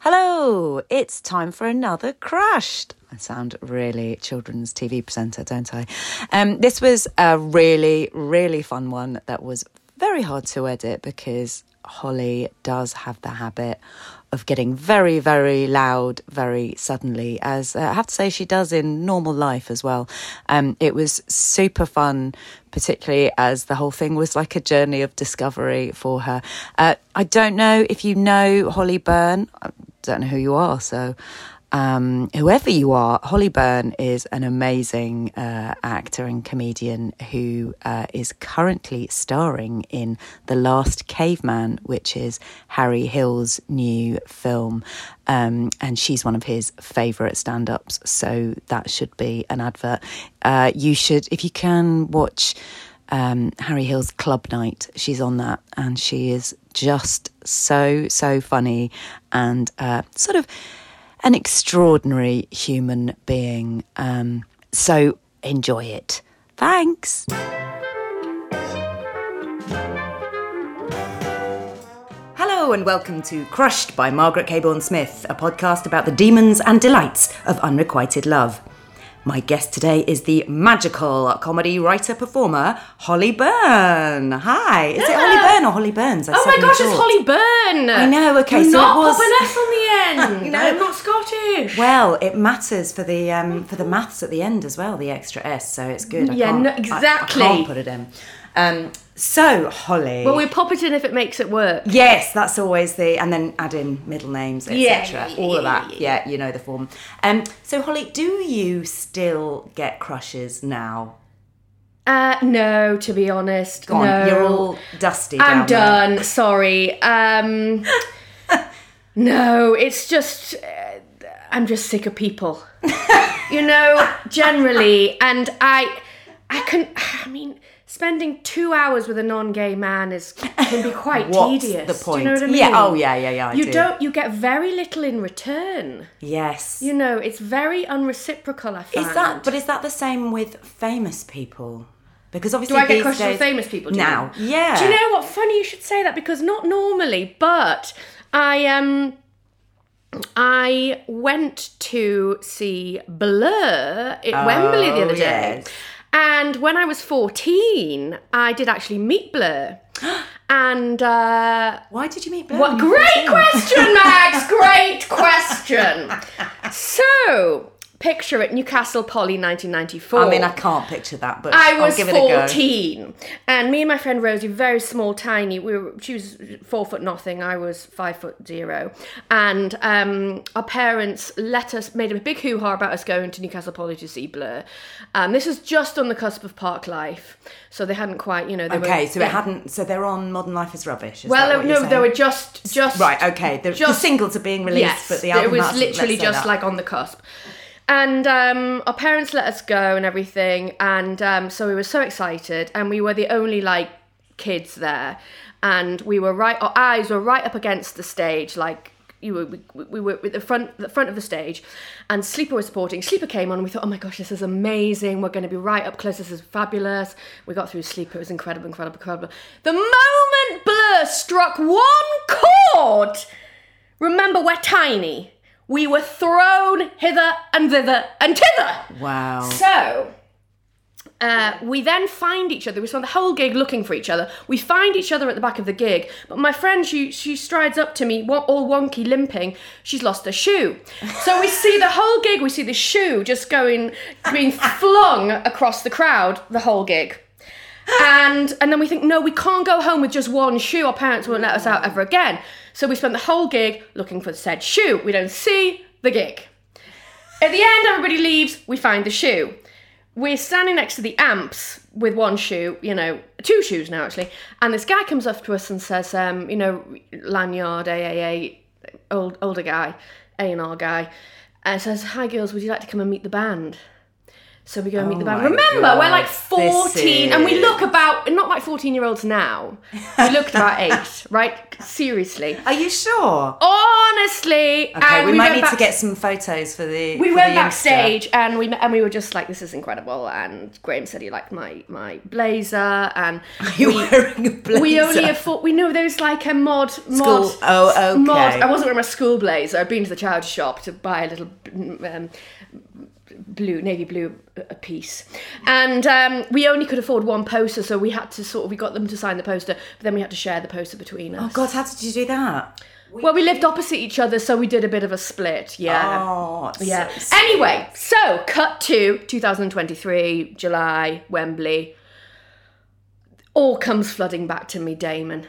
Hello, it's time for another crashed. I sound really children's TV presenter, don't I? Um, this was a really, really fun one that was very hard to edit because Holly does have the habit of getting very, very loud very suddenly, as uh, I have to say she does in normal life as well. Um, it was super fun, particularly as the whole thing was like a journey of discovery for her. Uh, I don't know if you know Holly Byrne, I don't know who you are, so. Um, whoever you are, Holly Byrne is an amazing uh, actor and comedian who uh, is currently starring in The Last Caveman, which is Harry Hill's new film. Um, and she's one of his favourite stand ups, so that should be an advert. Uh, you should, if you can, watch um, Harry Hill's Club Night. She's on that, and she is just so, so funny and uh, sort of an extraordinary human being. Um, so enjoy it. Thanks. Hello and welcome to Crushed by Margaret Caborn Smith, a podcast about the demons and delights of unrequited love. My guest today is the magical comedy writer performer Holly Byrne. Hi, is it Holly Byrne or Holly Burns? I Oh my suddenly gosh, thought. it's Holly Byrne. I know, okay, so not it was- pop an S on the end. You know. I'm not Scottish. Well, it matters for the um, for the maths at the end as well, the extra S. So it's good. I Yeah, can't- no, I- exactly. I, can't put it in. Um, so Holly. But we pop it in if it makes it work. yes, that's always the and then add in middle names, Yeah, etc. yeah, All of yeah, that. Yeah, you know the form. Um, so Holly, do you still get crushes now? Uh, no, to be honest, Go on, no. you're all dusty. down I'm there. done. Sorry. Um, no, it's just uh, I'm just sick of people. you know, generally, and I, I can. I mean, spending two hours with a non-gay man is can be quite What's tedious. the Do you know point? what I mean? Yeah, oh, yeah, yeah, yeah, I you do. not You get very little in return. Yes. You know, it's very unreciprocal. I find. Is that? But is that the same with famous people? Because obviously, Do I get these crushes on days- famous people? do you now. mean? Yeah. Do you know what? Funny you should say that because not normally, but I um I went to see Blur at Wembley the other day. Oh, yes. And when I was 14, I did actually meet Blur. And uh Why did you meet Blur? what when you great first saw him? question, Max! great question. So, picture at Newcastle Poly 1994. I mean, I can't picture that, but I was will give it a go. 14, and me and my friend Rosie, very small, tiny. We were, she was four foot nothing. I was five foot zero, and um, our parents let us made a big hoo ha about us going to Newcastle Poly to see Blur. Um, this was just on the cusp of park life, so they hadn't quite, you know, they Okay, were, so it hadn't. So they're on Modern Life is rubbish. Is that Well, uh, what you're no, they saying? were just just right. Okay, the, the just- singles are being released, but the album it was hasn't, let's literally say just that. like on the cusp. And um, our parents let us go and everything, and um, so we were so excited, and we were the only like kids there, and we were right, our eyes were right up against the stage, like you were, we, we were at the front, the front of the stage, and Sleeper was supporting. Sleeper came on, and we thought, oh my gosh, this is amazing. We're going to be right up close. This is fabulous. We got through Sleeper. It was incredible, incredible, incredible. The moment Blur struck one chord. Remember, we're tiny. We were thrown hither and thither and thither. Wow. So, uh, we then find each other. We spent the whole gig looking for each other. We find each other at the back of the gig. But my friend, she, she strides up to me, wa- all wonky, limping. She's lost her shoe. So we see the whole gig. We see the shoe just going, being flung across the crowd. The whole gig and and then we think no we can't go home with just one shoe our parents won't let us out ever again so we spent the whole gig looking for said shoe we don't see the gig at the end everybody leaves we find the shoe we're standing next to the amps with one shoe you know two shoes now actually and this guy comes up to us and says um, you know lanyard aaa old older guy a&r guy and says hi girls would you like to come and meet the band So we go and meet the band. Oh my Remember, God, we're like 14 and we this look about, not like 14 year olds now. We looked about eight, right? Seriously. Are you sure? Honestly. Okay, and we, might Oh, went need to back- get some photos for the. we for went the Insta. backstage and we and we were just like, this is incredible. And Graham said he liked my my blazer and You're we, wearing a blazer. we only afford we know there's like a mod mod School- oh, okay. mod. I wasn't wearing my school blazer. I'd been to the charity shop to buy a little um, blue navy blue a piece, and um, we only could afford one poster, so we had to sort of we got them to sign the poster, but then we had to share the poster between us. Oh God, how did you do that? Well, we lived opposite each other, so we did a bit of a split. Yeah. Oh, it's Yeah. so- Anyway, so cut to 2023, July, Wembley. All comes flooding back to me, Damon.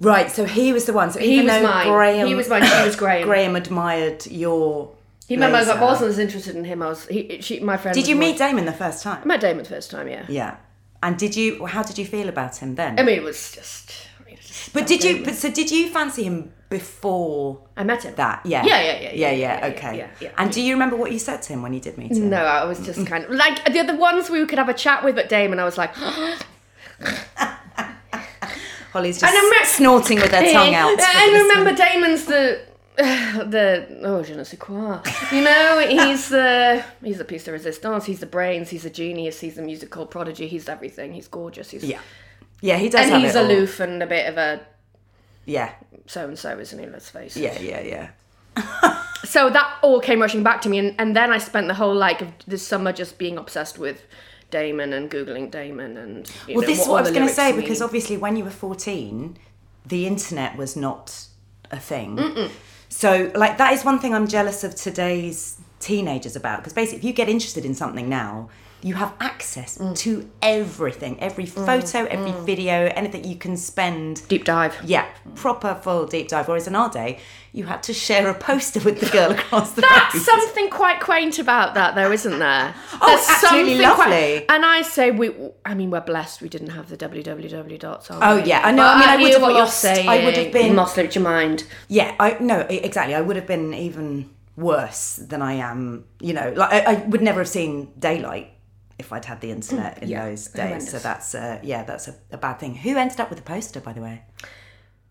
Right, so he was the one. So He even was though mine. Graham, He was mine, she was Graham. Graham admired your. He remembers I blazer. wasn't as interested in him. I was. He, she, my friend. Did was you more- meet Damon the first I time? met Damon the first time. Yeah. Yeah. And did you? How did you feel about him then? I mean, it was just. I mean, it was just- but did you? But so did you fancy him before I met him. that? Yeah. Yeah, Yeah, yeah, yeah, yeah, yeah. yeah, yeah, okay. yeah, yeah. And do you remember what you said to him when you did meet him? No, I was just kind of like the other ones we could have a chat with, but Damon, I was like, Holly's just Mm. And I remem- snorting with her tongue out. for And this remember, Damon's the the oh je ne sais quoi. You know, he's the he's the piece de resistance. He's the brains. He's a genius. He's a musical prodigy. He's everything. He's gorgeous. He's Yeah, yeah, he does. and have he's it all. aloof and a bit of a Yeah, so and so, isn't he? Let's face it. yeah, yeah, yeah. So that all came rushing back to me, and, and then I spent the whole like of this summer just being obsessed with. Damon and googling Damon and you Well, know, this is all what I was the going to lyrics say mean. because obviously, when you were 14, the internet was not a thing. So, like, that is one thing I'm jealous of today's teenagers about because basically, if you get interested in something now, you have access to everything every photo, every video, anything you can spend. deep dive. Yeah, proper full deep dive. Whereas in our day, you had to share a poster with the girl across the road. That's something quite quaint about that, though, isn't there? Oh, it's absolutely something quite- lovely. and I say we. I mean, we're blessed. We didn't have the www dots. Oh, yeah. I know. I mean, I would have lost- I would have been- You must lose your mind. Yeah, I no, e- exactly. I would have been even worse than I am. You know, like I, I would never have seen daylight if I'd had the internet in yeah, those days. So horrendous. that's uh, yeah, that's a, a bad thing. Who ended up with the poster, by the way?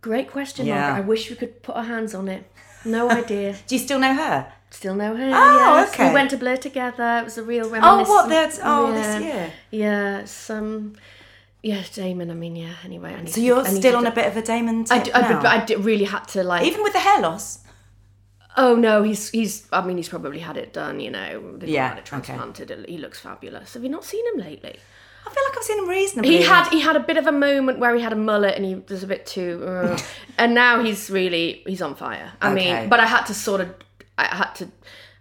Great question, Yeah. Margaret. I wish we could put our hands on it. No idea. Do you still know her? Still no her. Oh, yes. okay. We went to Blur together. It was a real Oh, reminiscence. what? That's oh, yeah. this year. Yeah. Some. Yeah, Damon. I mean, yeah. Anyway, I need So you're to, I need still to on do- a bit of a Damon I, tip d- I, now? would- I d- really had to like. even with the hair loss. Oh no, he's he's. I mean, he's probably had it done. You know, they've Yeah, had it okay. transplanted. He looks fabulous. Have you not seen him lately? I feel like I've seen him reasonably. He had he had a bit of a moment where he had a mullet and he was a bit too, uh, and now he's really he's on fire. I Okay. mean, but I had to sort of I had to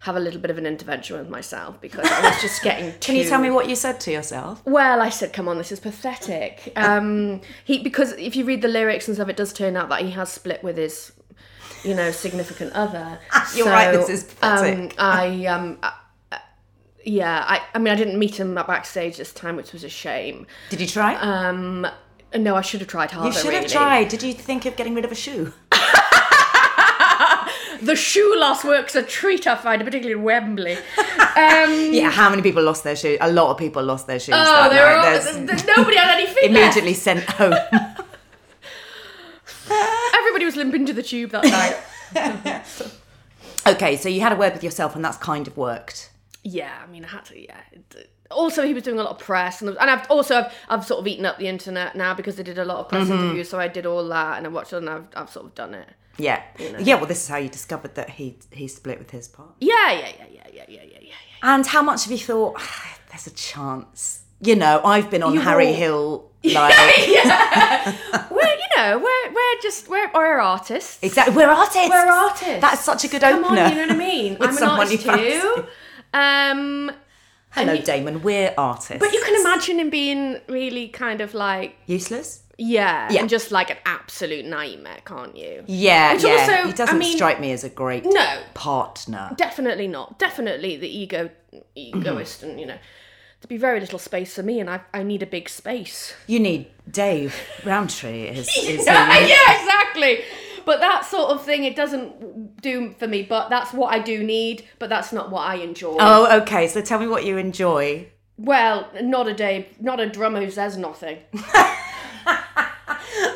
have a little bit of an intervention with myself because I was just getting too. Can you tell me what you said to yourself? Well, I said, "Come on, this is pathetic." Um, he because if you read the lyrics and stuff, it does turn out that he has split with his, you know, significant other. You're right, this is pathetic. Um, I um, I, I- yeah, I, I mean, I didn't meet him backstage this time, which was a shame. Did you try? Um, no, I should have tried harder. you should really. have tried. Did you think of getting rid of a shoe? The shoe loss works a treat, I find, particularly in Wembley. Um, Yeah. How many people lost their shoe? A lot of people lost their shoes. oh, that there night. are There's- th- th- nobody had any feet left. immediately sent home. Everybody was limping to the tube that night. okay, so you had a word with yourself, and that's kind of worked. Yeah, I mean, I had to. Yeah. It- Also, he was doing a lot of press, and, there was- and I've also I've, I've sort of eaten up the internet now because they did a lot of press Mm-hmm. interviews. So I did all that, and I watched it, and I've, I've sort of done it. Yeah, yeah. Well, this is how you discovered that he he split with his partner. Yeah, yeah, yeah, yeah, yeah, yeah, yeah, yeah. yeah. And how much have you thought? "Ah, there's a chance. You know, I've been on You Harry all- Hill. Like we're you know we're we're just we're we're artists. exactly, we're artists. We're artists. That's such a good Come opener. on, you know what I mean. With I'm an someone artist you fancy. too. Um, Hello, you- Damon. We're artists. but you can imagine him being really kind of like useless. yeah, Yeah. and just like an absolute nightmare, can't you? Yeah, It's yeah. also- he I doesn't mean- strike me as a great No. partner. Definitely not. Definitely the ego, egoist, and you know, there'd be very little space for me, and I, I need a big space. You need Dave Roundtree. Is, is who yeah, you- yeah, exactly. But that sort of thing, it doesn't do for me, but that's what I do need, but that's not what I enjoy. Oh, okay. So tell me what you enjoy. Well, not a day, not a drummer who says nothing.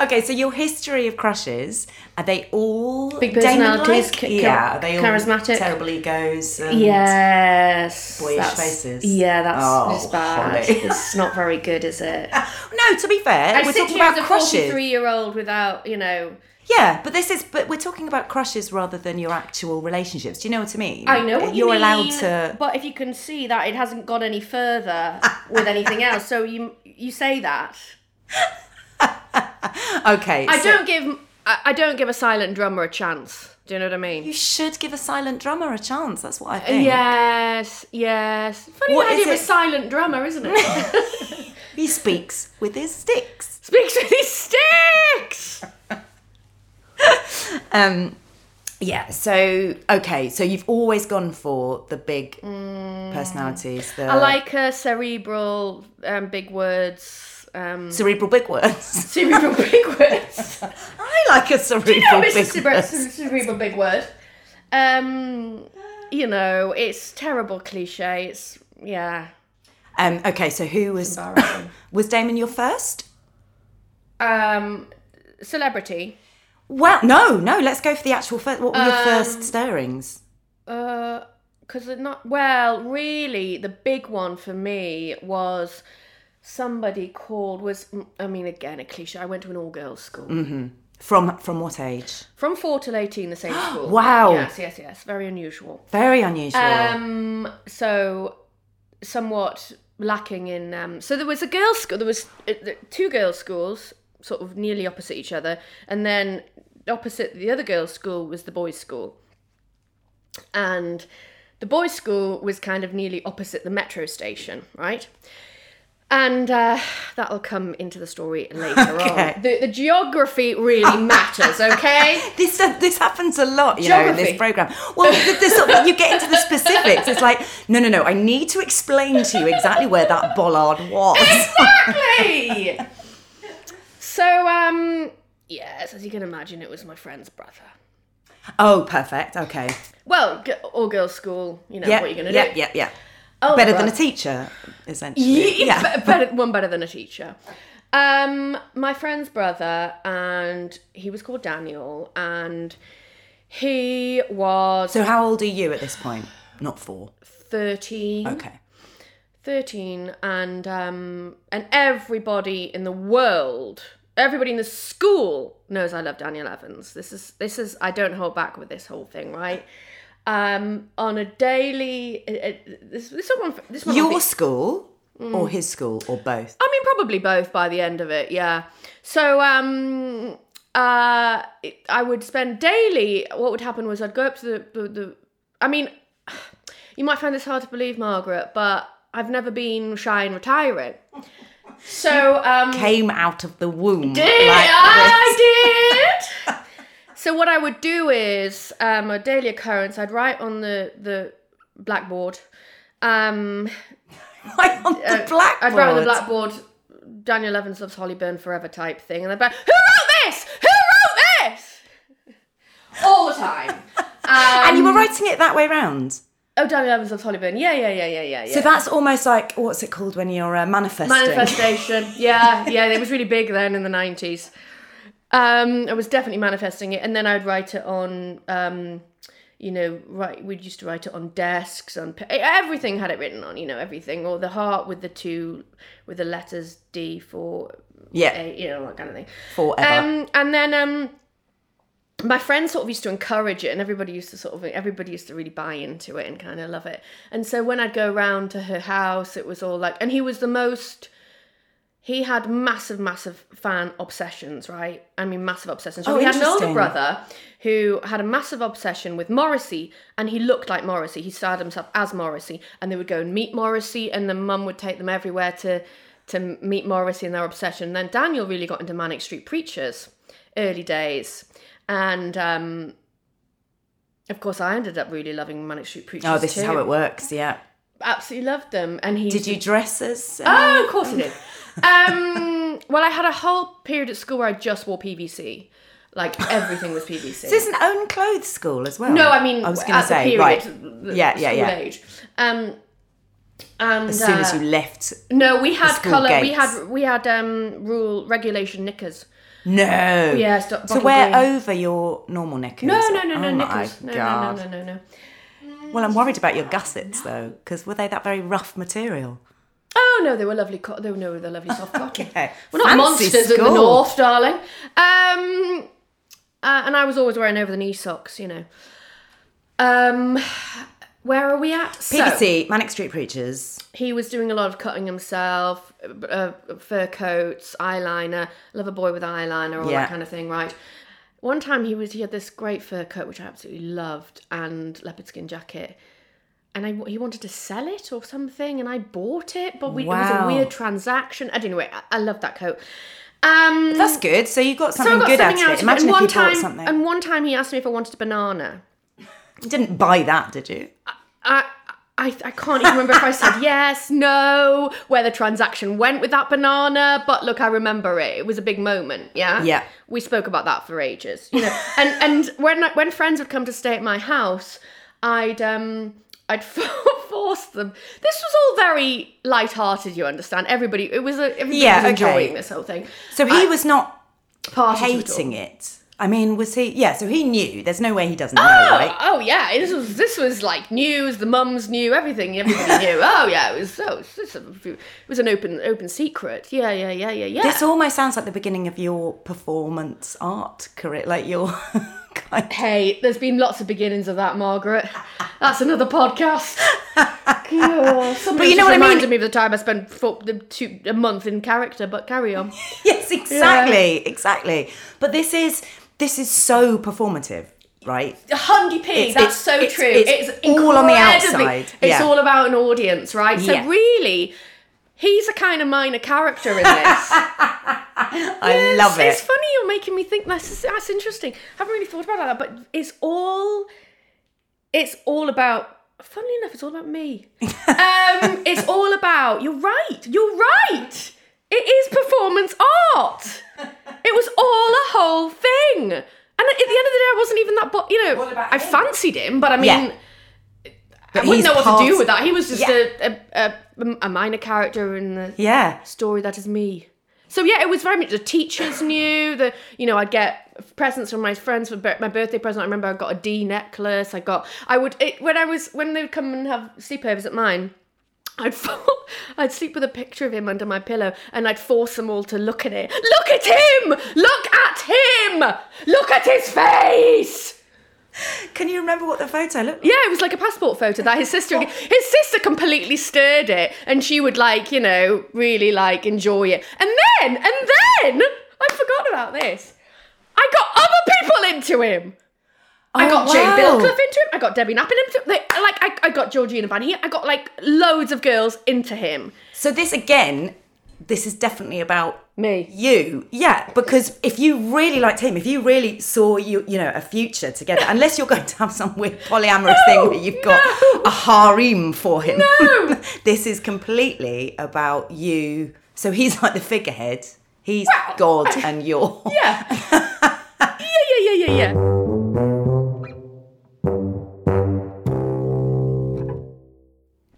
Okay, so your history of crushes are they all Big Damon-like? personalities, ca- yeah, are they all charismatic? terrible egos. And Yes. Boyish that's- faces. Yeah, that's Oh, it's bad. Holly. It's not very good, is it? No, to be fair, I we're sit talking here about as a crushes. forty-three-year-old without, you know. Yeah, but this is but we're talking about crushes rather than your actual relationships. Do you know what I mean? I know what you You're mean, allowed to. But if you can see that it hasn't gone any further with anything else, so you you say that. Okay, I so don't give I, I don't give a silent drummer a chance. Do you know what I mean? You should give a silent drummer a chance. That's what I Uh, think. Yes, yes. Funny What idea is of a it- silent drummer, isn't it? he speaks with his sticks. Speaks with his sticks. Um, yeah. So okay, so you've always gone for the big personalities. The Mm. I like her cerebral, um, big words. Um, cerebral big words. cerebral big words. I like a cerebral no, big Mrs. Cerebral, words. cerebral big word. Um, you know, it's terrible cliche. It's yeah. Um, okay, so who was Embarrassing. was Damon your first? Um, celebrity. Well, no, no. Let's go for the actual first. What were Um, your first stirrings? Uh, because not well. Really, the big one for me was somebody called was. I mean, again, a cliche. I went to an all girls school. Mm. From from what age? From four till eighteen, the same school. Wow. Yes, yes, yes. Very unusual. Very unusual. Um, so somewhat lacking in. Um, so there was a girls' school. There was uh, th- two girls' schools, sort of nearly opposite each other, and then opposite the other girls' school was the boys' school, and the boys' school was kind of nearly opposite the metro station, right? And uh, that'll come into the story later Okay. on. The, the geography really matters, okay? this this happens a lot, you know, in this Geography. program. Well, the, the sort of, you get into the specifics. It's like, no, no, no. I need to explain to you exactly where that bollard was. exactly. so, um, yes, as you can imagine, it was my friend's brother. oh, perfect. Okay. Well, g- all girls' school, you know Yeah. what you're gonna yeah, do. yeah, yeah. Oh, Better than a right. teacher, essentially. Ye- be- better, one better than a teacher. Um, my friend's brother, and he was called Daniel, and he was So, how old are you at this point? Not four. thirteen. Okay. 13 and um and everybody in the world everybody in the school knows i love daniel evans this is this is i don't hold back with this whole thing right um on a daily uh, uh, this this one this one Your school or his school or both? I mean, probably both by the end of it, yeah. So, um, uh, it- I would spend daily. What would happen was I'd go up to the, the, the. I mean, you might find this hard to believe, Margaret, but I've never been shy and retiring. So, um, Came out of the womb. did. like this. I did. so what I would do is um, a daily occurrence. I'd write on the the blackboard. Um, Like on the blackboard. I'd write on the blackboard. Daniel Evans loves Holly Byrne forever type thing, and I'd be like, "Who wrote this? Who wrote this?" All the time. and um, you were writing it that way round. Oh, Daniel Evans loves Holly Byrne. Yeah, yeah, yeah, yeah, yeah. yeah. So that's almost like what's it called when you're uh, manifesting? manifestation. yeah, yeah, it was really big then in the nineties. Um, I was definitely manifesting it, and then I'd write it on. Um, you know, right? We used to write it on desks, on pa- e-, everything had it written on. You know, everything or the heart with the two, with the letters D for yeah, A, you know, that kind of thing. forever. Um, and then um, my friends sort of used to encourage it, and everybody used to sort of everybody used to really buy into it and kind of love it. And so when I'd go round to her house, it was all like, and he was the most. He had massive, massive fan obsessions, right? I mean, massive obsessions. So Oh, he had an older interesting. brother who had a massive obsession with Morrissey, and he looked like Morrissey. He styled himself as Morrissey, and they would go and meet Morrissey, and the mum would take them everywhere to to meet Morrissey and their obsession. Then Daniel really got into Manic Street Preachers, early days, and um, of course, I ended up really loving Manic Street Preachers. oh, this is too. how it works. Yeah. Absolutely loved them, and he Did you dress as? uh, Oh, of Um, course I did. Um, well, I had a whole period at school where I just wore PVC. Like everything was PVC. This is an own clothes school as well. No, I mean, I was going at to say, the period, right? the yeah, yeah, school yeah. Age. Um, and As soon uh, as you left, no, we had school color. We gates. had we had um rule regulation knickers. no. Yeah, stop. So wear over your normal knickers. No, no, no, no, oh my knickers. No, no, God. no, no, no, no. Well, I'm worried about your gussets though, because were they that very rough material? Oh no, they were lovely. Co- they were no, they're lovely soft cotton. Okay. We're not Fancy monsters in the school. north, darling. Um, uh, and I was always wearing over the knee socks, you know. Um, where are we at? So- Mm. PVC, Manic Street Preachers. he was doing a lot of cutting himself, uh, uh, fur coats, eyeliner, lover boy with eyeliner, all Yeah. that kind of thing, right? One time he was he had this great fur coat which I absolutely loved and leopard skin jacket, and I he wanted to sell it or something, and I bought it, but we, it was a Wow. weird transaction. I don't know. I, I love that coat. Um, That's good. So you got so I something got good something out of out it. of it. Imagine and if one you time, um, bought something. and one time he asked me if I wanted a banana. you didn't buy that, did you? I, I, I can't even remember if I said yes, no, where the transaction went with that banana. But look, I remember it. It was a big moment. Yeah. Yeah. We spoke about that for ages. You know, and and when when friends would come to stay at my house, I'd um. I'd force them. This was all very light-hearted, you understand. Everybody, it was a everybody Yeah, was okay. enjoying this whole thing. So he was not Part hating it. I mean, was he? Yeah. So he knew. There's no way he doesn't know, Oh, right? oh yeah, this was this was like news. The mums knew everything. Everybody knew. Oh yeah, it was so. It was, it was an open open secret. Yeah, yeah, yeah, yeah, yeah. This almost sounds like the beginning of your performance art career, like your kind of- hey, there's been lots of beginnings of that, Margaret. That's another podcast. God, but you know what I mean? reminded me of the time I spent for, the two, a month in character. But carry on. yes, exactly, exactly. But this is this is so performative, right? A hundred p. It's- That's it's- so it's- true. it's It's, all on the incredibly- outside. It's Yeah. all about an audience, right? So Yeah. really, he's a kind of minor character in this. I love it's, It's it. funny you're making me think. That's that's interesting. haven't really thought about it like that, but it's all it's all about. Funnily enough, it's all about me. Um, it's all about. You're right. You're right. It is performance art. It was all a whole thing. And at the end of the day, I wasn't even that. Bo- you know, All about I him. fancied him, but I mean. Yeah. I wouldn't he's know what part- to do with that. He was just Yeah. a, a, a a minor character in the Yeah. story that is me. So yeah, it was very much the teachers knew the you know I'd get presents from my friends for bir- my birthday present. I remember I got a D necklace. I got I would it, when I was when they would come and have sleepovers at mine. I'd fall, I'd sleep with a picture of him under my pillow, and I'd force them all to look at it. Look at him! Look at him! Look at his face! Can you remember what the photo looked like? Yeah, it was like a passport photo that his sister his sister completely stirred it and she would like, you know, really like enjoy it. And then and then I forgot about this. I got other people into him. I Oh, got wow. Jane Billcliffe into him. I got Debbie Knapp into him. They, like I, I got Georgina Van Heer. I got like loads of girls into him. So this again, this is definitely about Me. you yeah because if you really liked him if you really saw you you know a future together unless you're going to have some weird polyamorous No, thing where you've got no. a harem for him No. this is completely about you so he's like the figurehead he's Well, god I- and you're Yeah. yeah, yeah, yeah, yeah, yeah.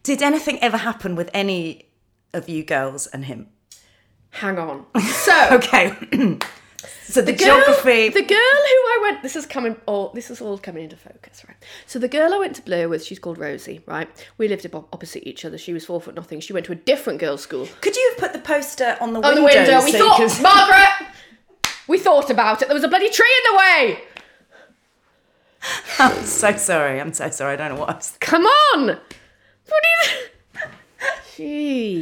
did anything ever happen with any of you girls and him Hang on. So okay so the, girl- geography The girl who I went. This is coming. All this is all coming into focus, right? So the girl I went to Blair with, she's called Rosie, right? We lived abo- opposite each other. She was four foot nothing. She went to a different girls' school. could you have put the poster on the On window, the window, we so you eh, thought, could- Margaret. We thought about it. There was a bloody tree in the way. i'm so sorry i'm so sorry i don't know what i was Come on. What do you?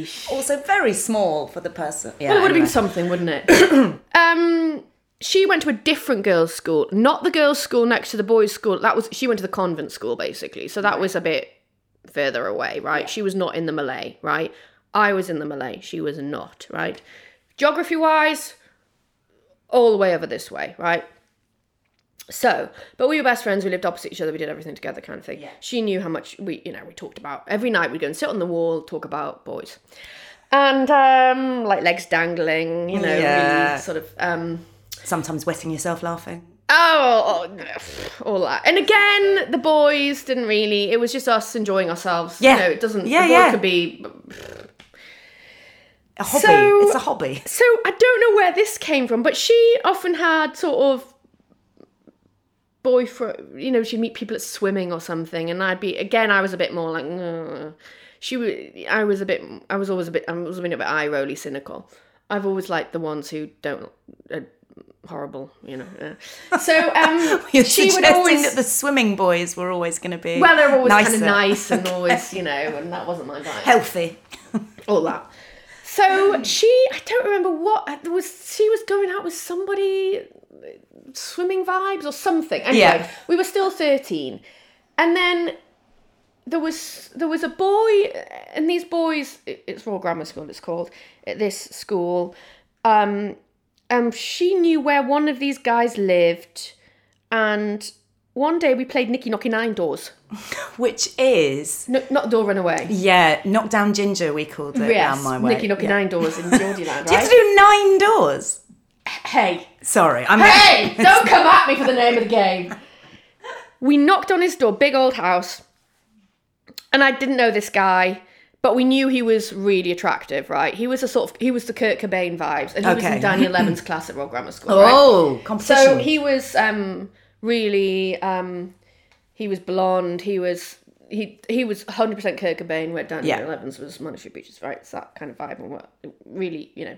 Sheesh. also very small for the person. Yeah, Well, it would have anyway. been something, wouldn't it? um, she went to a different girls' school, not the girls' school next to the boys' school. That was she went to the convent school basically, so that was a bit further away, right? She was not in the Malay, right? I was in the Malay, she was not, right? Geography wise, all the way over this way, right? So, but we were best friends. We lived opposite each other. We did everything together, kind of thing. She knew how much we, you know, we talked about every night. We'd go and sit on the wall, talk about boys, and um, like legs dangling, you know, Yeah. really sort of um, sometimes wetting yourself laughing. Oh, oh, pff, all that. And again, the boys didn't really. It was just us enjoying ourselves. Yeah. So it doesn't. Yeah, the boy yeah. could be. A hobby. So- it's a hobby. So I don't know where this came from, but she often had sort of boyfriend. You know, she'd meet people at swimming or something, and I'd be again. I was a bit more like. "Ugh." She. wa- I was a bit. I was always a bit. I was a bit eye rolly cynical. I've always liked the ones who don't. Are horrible, you know. uh. So um, You're she would suggesting always. that the swimming boys were always going to be Well, they're always kind of nicer. nice and always, you know, and that wasn't my vibe. healthy. All that. So she, I don't remember what uh, there was. She was going out with somebody, uh, swimming vibes or something. Anyway, Yeah. we were still thirteen, and then there was there was a boy, and these boys. it- It's Royal Grammar School. It's called at this school. Um, um, she knew where one of these guys lived, and one day we played Nicky Knocky Nine Doors. Which is No, not door runaway. yeah, knock down ginger. We called it Yes, down my way. Nicky Knocky Yeah. Nine Doors in Geordieland, Do you have to right? do nine doors? hey, Sorry, I'm hey! Don't come at me for the name of the game. We knocked on his door, big old house, and I didn't know this guy, but we knew he was really attractive, right? He was a sort of he was the Kurt Cobain vibes, and he was Okay. in Daniel Levin's class at Royal Grammar School. right? Oh, competition. So he was um, really um, he was blonde. He was he he was 100 percent Kurt Cobain. Where Daniel Yeah. Evans was Monastery Beaches, right? It's that kind of vibe and what really you know.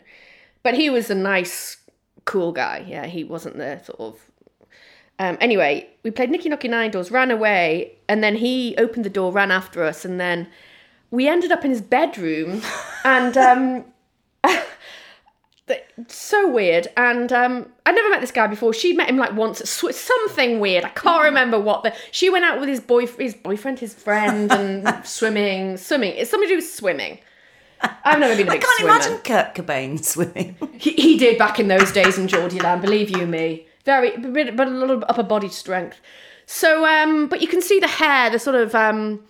But he was a nice, cool guy. Yeah, he wasn't the sort of. Um, anyway, we played Nicky Knocky Nine Doors, ran away, and then he opened the door, ran after us, and then we ended up in his bedroom, and um, so weird. And um, I never met this guy before. She met him like once. at Sw- Something weird. I can't remember what. The she went out with his boy, his boyfriend, his friend, and swimming, swimming. It's something to do with swimming. I've never been a I big can't swimmer. imagine Kurt Cobain swimming. He, he did back in those days in Geordie land, believe you me. Very, but but a lot of upper body strength. So, um, but you can see the hair, the sort of, um,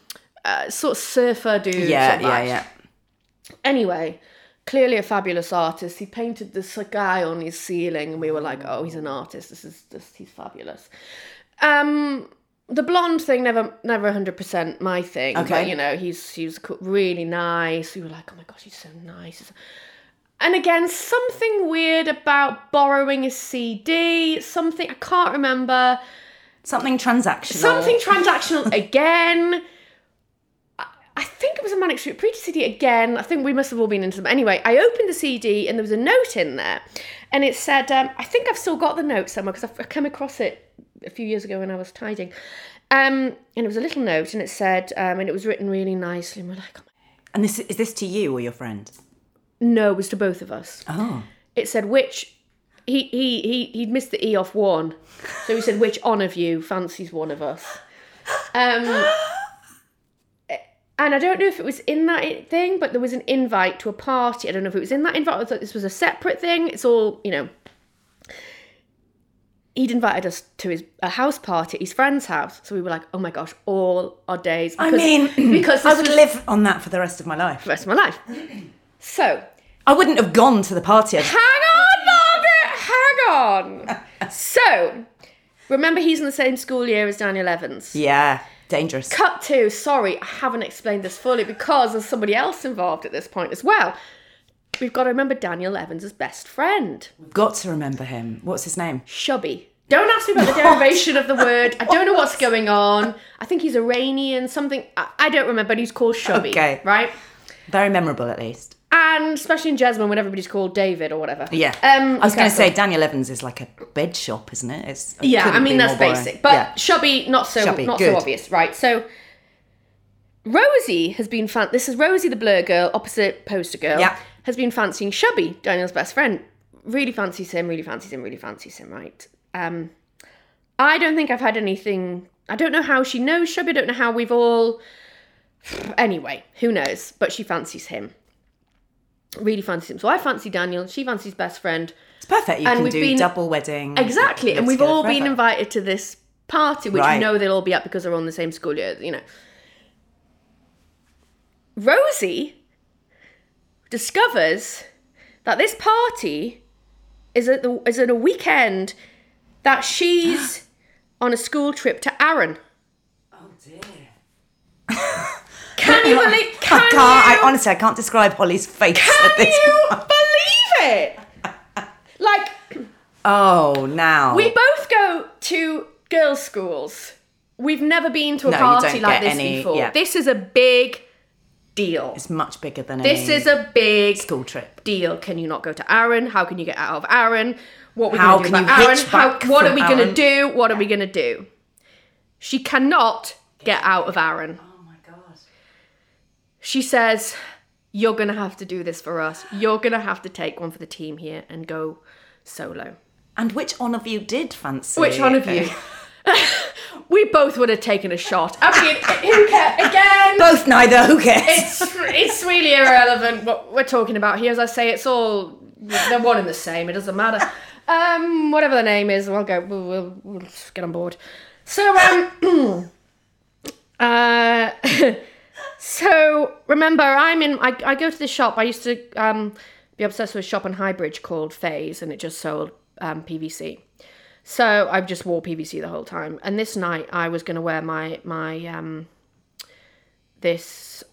uh, sort of surfer dude. sort yeah, of yeah, vibes. yeah. Anyway, clearly a fabulous artist. He painted this guy on his ceiling, and we were like, "Oh, he's an artist. This is just he's fabulous." Um, the blonde thing never, never hundred percent my thing. Okay, Okay. but, you know, he's he was co- really nice. We were like, "Oh my gosh, he's so nice." And again, something weird about borrowing a CD. Something I can't remember. Something transactional. Something transactional again. I- I think it was a Manic Street Preacher CD again. I think we must have all been into them. Anyway, I opened the CD and there was a note in there. And it said, um, I think I've still got the note somewhere because I came across it a few years ago when I was tidying. Um, and it was a little note and it said, um, and it was written really nicely. And we're like, oh my- And this is this to you or your friend? no, it was to both of us. Oh, It said, which. He, he, he, he'd missed the E off one. So he said, which one of you fancies one of us? Um, and I don't know if it was in that i- thing, but there was an invite to a party. I don't know if it was in that invite. I thought this was a separate thing. It's all you know. He'd invited us to his a house party, at his friend's house. So we were like, oh my gosh, all our days. I because- mean, because I this would was live on that for the rest of my life. the rest of my life. So I wouldn't have gone to the party. I'd- Hang on, Margaret. Hang on. so, remember, he's in the same school year as Daniel Evans. Yeah, dangerous. Cut to, sorry, I haven't explained this fully because there's somebody else involved at this point as well. We've got to remember Daniel Evans' best friend, Got to remember him. What's his name? Shubby. Don't ask me about the derivation of the word. I don't know what's going on. I think he's Iranian, something. I, I don't remember, but he's called Shubby. Okay. Right? Very memorable, at least. And especially in Jesmond when everybody's called David or whatever. Yeah. Um, I was going to okay. say Daniel Evans is like a bed shop, isn't it? It's, it Yeah, I couldn't mean be that's more boring. basic, but Yeah. Shubby not so Shubby, not good. so obvious, right? So Rosie has been fan. This is Rosie the blur girl, opposite poster girl. Yeah. has been fancying Shubby, Daniel's best friend. Really fancies him. Really fancies him. Really fancies him. Right. Um, I don't think I've had anything. I don't know how she knows Shubby. I don't know how we've all. Anyway, who knows? But she fancies him. Really fancies him. So I fancy Daniel. She fancies best friend. it's perfect. You and can we've do been- double wedding. Exactly, live and we've together all been forever. invited to this party, which Right. we know they'll all be at because they're on the same school year, you know. Rosie discovers that this party is at the, is at a weekend that she's on a school trip to Aaron. Oh dear. Can you believe? Can I can't. I you? honestly, I can't describe Holly's face Can at this. you point. believe it? Like, Oh, now we both go to girls' schools. We've never been to a No, you party don't get like this any- before. yeah. This is a big deal. it's much bigger than this any is a big school trip. deal. Can you not go to Aaron? How can you get out of Aaron? What we How gonna do can about you Aaron? hitchhike How, what are from we gonna Aaron? do? What are we gonna do? She cannot get out of Aaron. Oh my god. She says, "You're gonna have to do this for us. You're gonna have to take one for the team here and go solo." And which one of you did fancy? Which one of you? we both would have taken a shot. I mean, who cares? Again, Both. Neither. Who cares? it's it's really irrelevant what we're talking about here. As I say, it's all they're one and the same. It doesn't matter. Um, whatever the name is, we'll go. We'll, we'll, we'll just get on board. So um, uh, so remember, I'm in. I, I go to this shop. I used to um be obsessed with a shop on High Bridge called Phase, and it just sold um PVC. So I just wore PVC the whole time. And this night, I was going to wear my my um this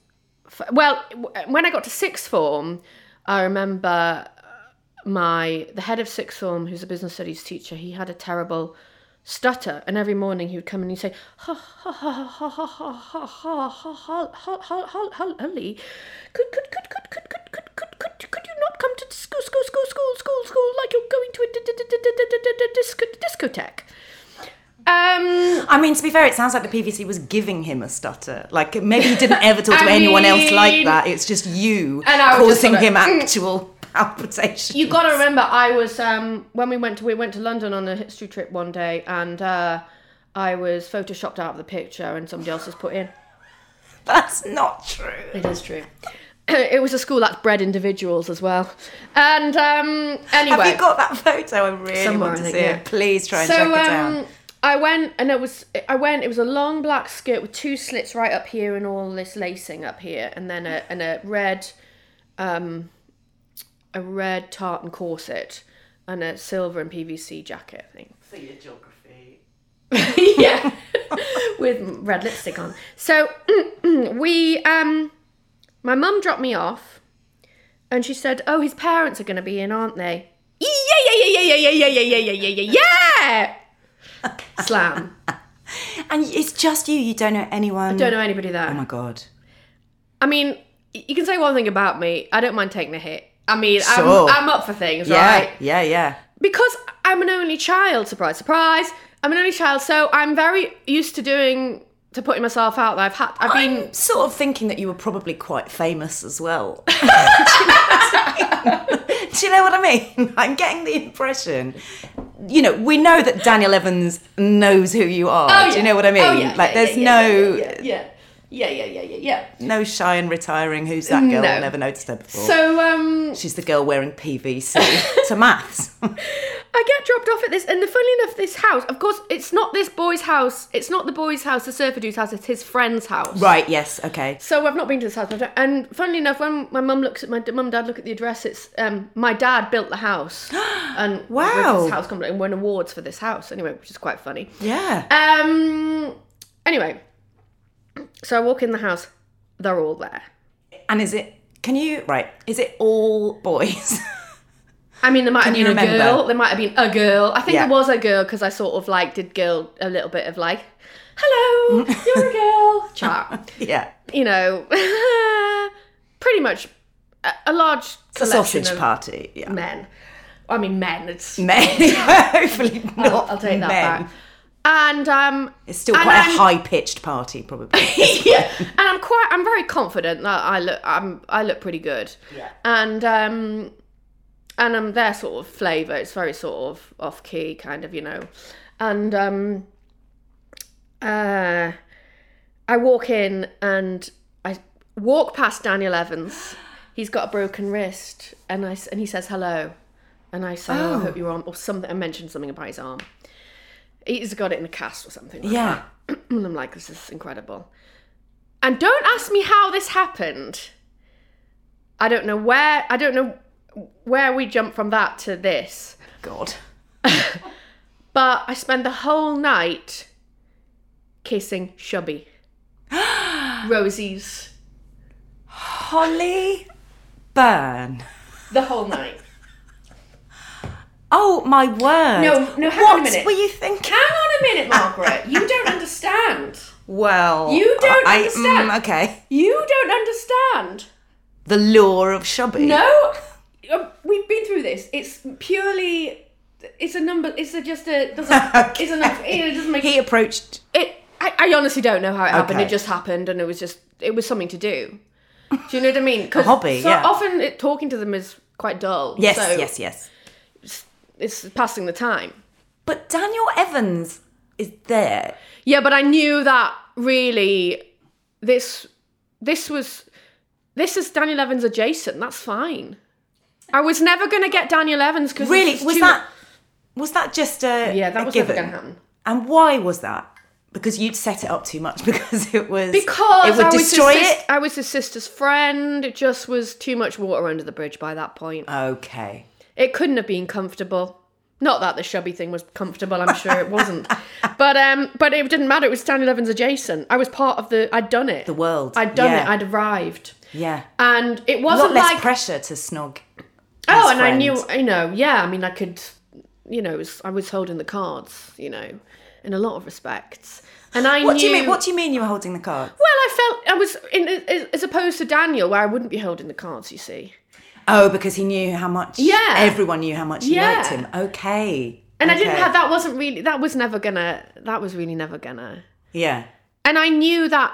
f- well w- when i got to sixth form i remember uh, my the head of sixth form who's a business studies teacher he had a terrible stutter and every morning he would come and he'd say ha ha ha ha ha ha ha ha ha ha ha ha ha ha ha holly could could could could could could could could could could you not come to school school school school school school like you're going to a d- d- d- d- d- d- d- disco- discotheque um I mean, to be fair, it sounds like the PVC was giving him a stutter. Like maybe he didn't ever talk to I anyone else mean- like that. It's just you And I was just causing sort of, him actual palpitation. You got to remember, I was um, when we went to we went to London on a history trip one day, and uh, I was photoshopped out of the picture, and somebody else has put in. That's not true. It is true. it was a school that bred individuals as well, and um, anyway, Have you got that photo? I really Somewhere, want to I see think, it. yeah. Please try and track so it down. um, I went, and it was I went. It was a long black skirt with two slits right up here, and all this lacing up here, and then a and a red, um, a red tartan corset, and a silver and PVC jacket. I think. For your geography. yeah, with red lipstick on. So we, um, my mum dropped me off, and she said, "Oh, his parents are going to be in, aren't they?" Yeah, yeah, yeah, yeah, yeah, yeah, yeah, yeah, yeah, yeah, yeah, yeah. Slam. And it's just you. You don't know anyone. Don't know anybody Oh my there. god. I mean, y- you can say one thing about me. I don't mind taking a hit. I mean, Sure. I'm, I'm up for things, Yeah. right? Yeah. Yeah. because I'm an only child, surprise, surprise. I'm an only child, so I'm very used to doing to putting myself out there. I've had I've been I'm sort of thinking that you were probably quite famous as well. Do you know what I mean? Do you know what I mean? I'm getting the impression. You know, we know that Daniel Evans knows who you Oh, are. Do you know what I mean? like, there's no yeah yeah yeah yeah yeah yeah, yeah. no shy and retiring. Who's that girl? No. I never noticed her before. So um, She's the girl wearing PVC to maths. I get dropped off at this, and the funny enough, this house. Of course, it's not this boy's house. It's not the boy's house, the surfer dude's house. It's his friend's house. right? Yes. Okay. So I've not been to this house. my dad- And funnily enough, when my mum looks at my mum and dad look at the address, it's um, my dad built the house and Wow. with this house company and won awards for this house anyway, which is quite funny. Yeah. Um. Anyway, so I walk in the house. They're all there. And is it? Can you? Right? Is it all boys? I mean, there might have you been a remember? girl. There might have been a girl. I think Yeah. there was a girl because I sort of like did girl a little bit of like, hello, Mm. you're a girl, chat. yeah. You know, pretty much a, a large It's a sausage collection of- party. Yeah. men. I mean, men. It's Men. Hopefully not. I'll, I'll take that men. back. And um, It's still and quite I'm- a high pitched party, probably. yeah, and I'm quite. I'm very confident that I look. I'm. I look pretty good. Yeah. And um, and I'm their sort of flavour. It's very sort of off key, kind of, you know. And um, uh, I walk in and I walk past Daniel Evans. He's got a broken wrist, and I s- and he says hello, and I say, oh, I hope your arm or something. I mentioned something about his arm. He's got it in a cast or something. like yeah. and I'm like, this is incredible. And don't ask me how this happened. I don't know where I don't know where we jumped from that to this. God. But I spent the whole night kissing Shubby. Rosie's. Holly Byrne. The whole night. Oh my word. No, no, hang what on a minute. were you thinking? Hang on a minute, Margaret. You don't understand. Well, You don't I, understand. mm, okay. You don't understand. The lure of Shubby. No, um, we've been through this. It's purely. It's a number. It's a, just a. Doesn't. Okay. It's a number. It doesn't make. He approached. it. I, I honestly don't know how it happened. Okay. It just happened, and it was just. It was something to do. Do you know what I mean? 'Cause A hobby, So yeah. often, it, talking to them is quite dull. Yes, so yes, yes. It's passing the time. But Daniel Evans is there. Yeah, but I knew that really this this was this is Daniel Evans adjacent. That's fine. I was never going to get Daniel Evans because Really? Was that was that just a Yeah, a that was never given? going to happen. And why was that? Because you'd set it up too much. Because it was Because it would I was destroy his sis- it. I was his sister's friend. It just was too much water under the bridge by that point. Okay. It couldn't have been comfortable. Not that the shubby thing was comfortable, I'm sure it wasn't. but um but it didn't matter, it was Daniel Evans adjacent. I was part of the I'd done it. The world, I'd done yeah. it, I'd arrived. Yeah. And it A lot wasn't less like pressure to snog. Oh, his and I knew, friend. you know, yeah. I mean, I could, you know, it was, I was holding the cards, you know, in a lot of respects. And I What knew. do you mean? What do you mean you were holding the cards? well, I felt I was in, as- as opposed to Daniel, where I wouldn't be holding the cards. You see, Oh, because he knew how much. Yeah. Everyone knew how much he Yeah. liked him. Okay. and I didn't Okay. have. That wasn't really. That was never gonna. That was really never gonna. Yeah. And I knew that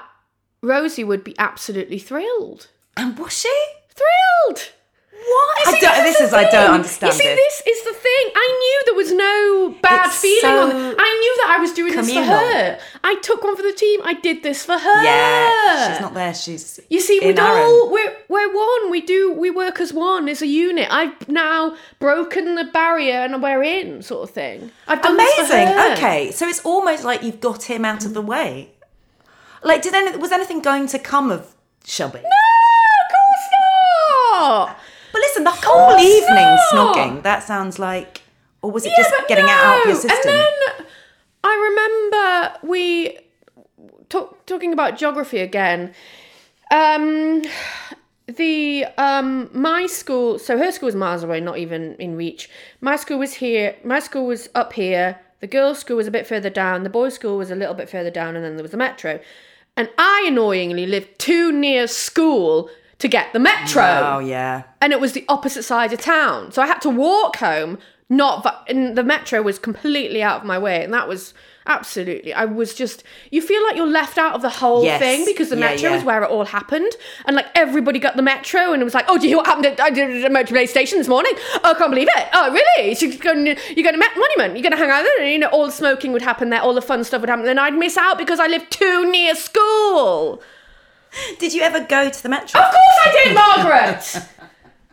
Rosie would be absolutely thrilled. And was she? Thrilled. What? I See, don't, this is the is. I thing. don't understand You see, this. this. is the thing. I knew there was no bad It's feeling. so on I knew that I was doing this communal. for her. I took one for the team. I did this for her. Yeah. She's not there. She's. Ah. You see, we in Aaron. all we're we're one. We do we work as one as a unit. I've now broken the barrier and we're in, sort of thing. I've done this for Amazing. her. Okay, so it's almost like you've got him out of the way. Like, did any was anything going to come of Shubby? No. Of course not. But listen, the whole evening not. snogging. That sounds like, or was it Yeah, just but getting it out of your no. system? And then I remember we talk, talking about geography again. Um, the um, my school, so her school was miles away, not even in reach. My school was here. My school was up here. The girls' school was a bit further down. The boys' school was a little bit further down, and then there was the metro. And I annoyingly lived too near school to get the metro oh yeah. and it was the opposite side of town. So I had to walk home. Not va- and the metro was completely out of my way, and that was absolutely. I was just you feel like you're left out of the whole Yes. thing because the Yeah, metro yeah. is where it all happened, and like everybody got the metro, and it was like, oh, do you hear what happened at, I did at Motorway Station this morning? Oh, I can't believe it. Oh, really? So You're going, you're going to Met Monument. You're going to hang out there. And, you know, all the smoking would happen there. All the fun stuff would happen. Then I'd miss out because I lived too near school. Did you ever go to the metro? Of course I did, Margaret.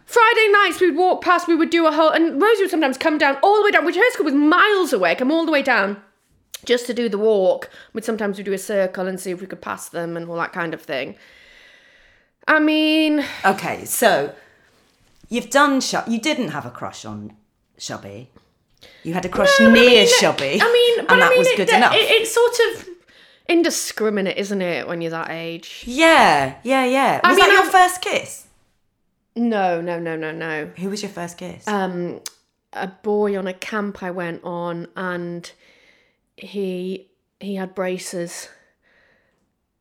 Friday nights we'd walk past, we would do a whole, and Rosie would sometimes come down all the way down, which her school was miles away, come all the way down just to do the walk. We'd sometimes we'd do a circle and see if we could pass them and all that kind of thing. I mean, Okay, so you've done. Shub- you didn't have a crush on Shubby. You had a crush no, I near mean, Shubby. I mean, but and that I mean, was it- good it- enough. it's sort of indiscriminate, isn't it, when you're that age? yeah, yeah, yeah. Was I that mean, your I'm- first kiss? No, no, no, no, no. Who was your first kiss? um, a boy on a camp I went on, and he he had braces.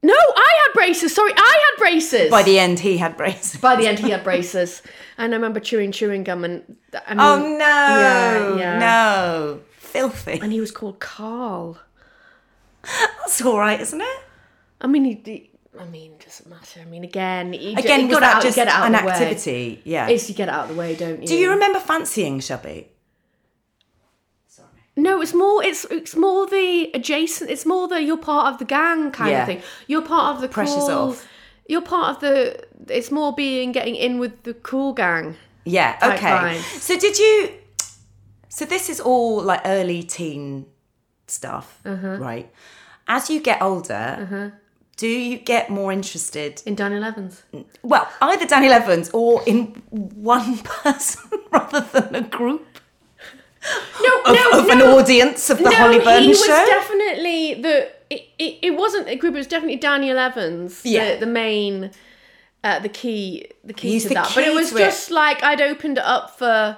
No, I had braces. Sorry, I had braces. By the end, he had braces. By the end, he had braces, and I remember chewing chewing gum, and I mean, Oh no! Yeah, yeah. No, filthy. and he was called Carl. That's all right, isn't it? I mean, he, he- I mean, it doesn't matter. I mean, again, you, ju- Again, you was got that out, you just get it out an of the Way. activity? Yeah. It's you get it out of the way, don't you? Do you remember fancying Shubby? No, it's more it's it's more the adjacent. It's more the you're part of the gang kind Yeah. of thing. You're part of the Pressure's cool. off. You're part of the. It's more being getting in with the cool gang. Yeah. Type Okay. vibes. So did you? So this is all like early teen stuff, Uh-huh. right? As you get older, do you get more interested? In Daniel Evans. Well, either Daniel Evans or in one person rather than a group. No, of, no, of no. an audience of the Holly he Burton was show. definitely the. It, it, it wasn't a group. It was definitely Daniel Evans. the- Yeah. the, main, uh, the key, the key He's to the that. but key it was to it. just like I'd opened it up for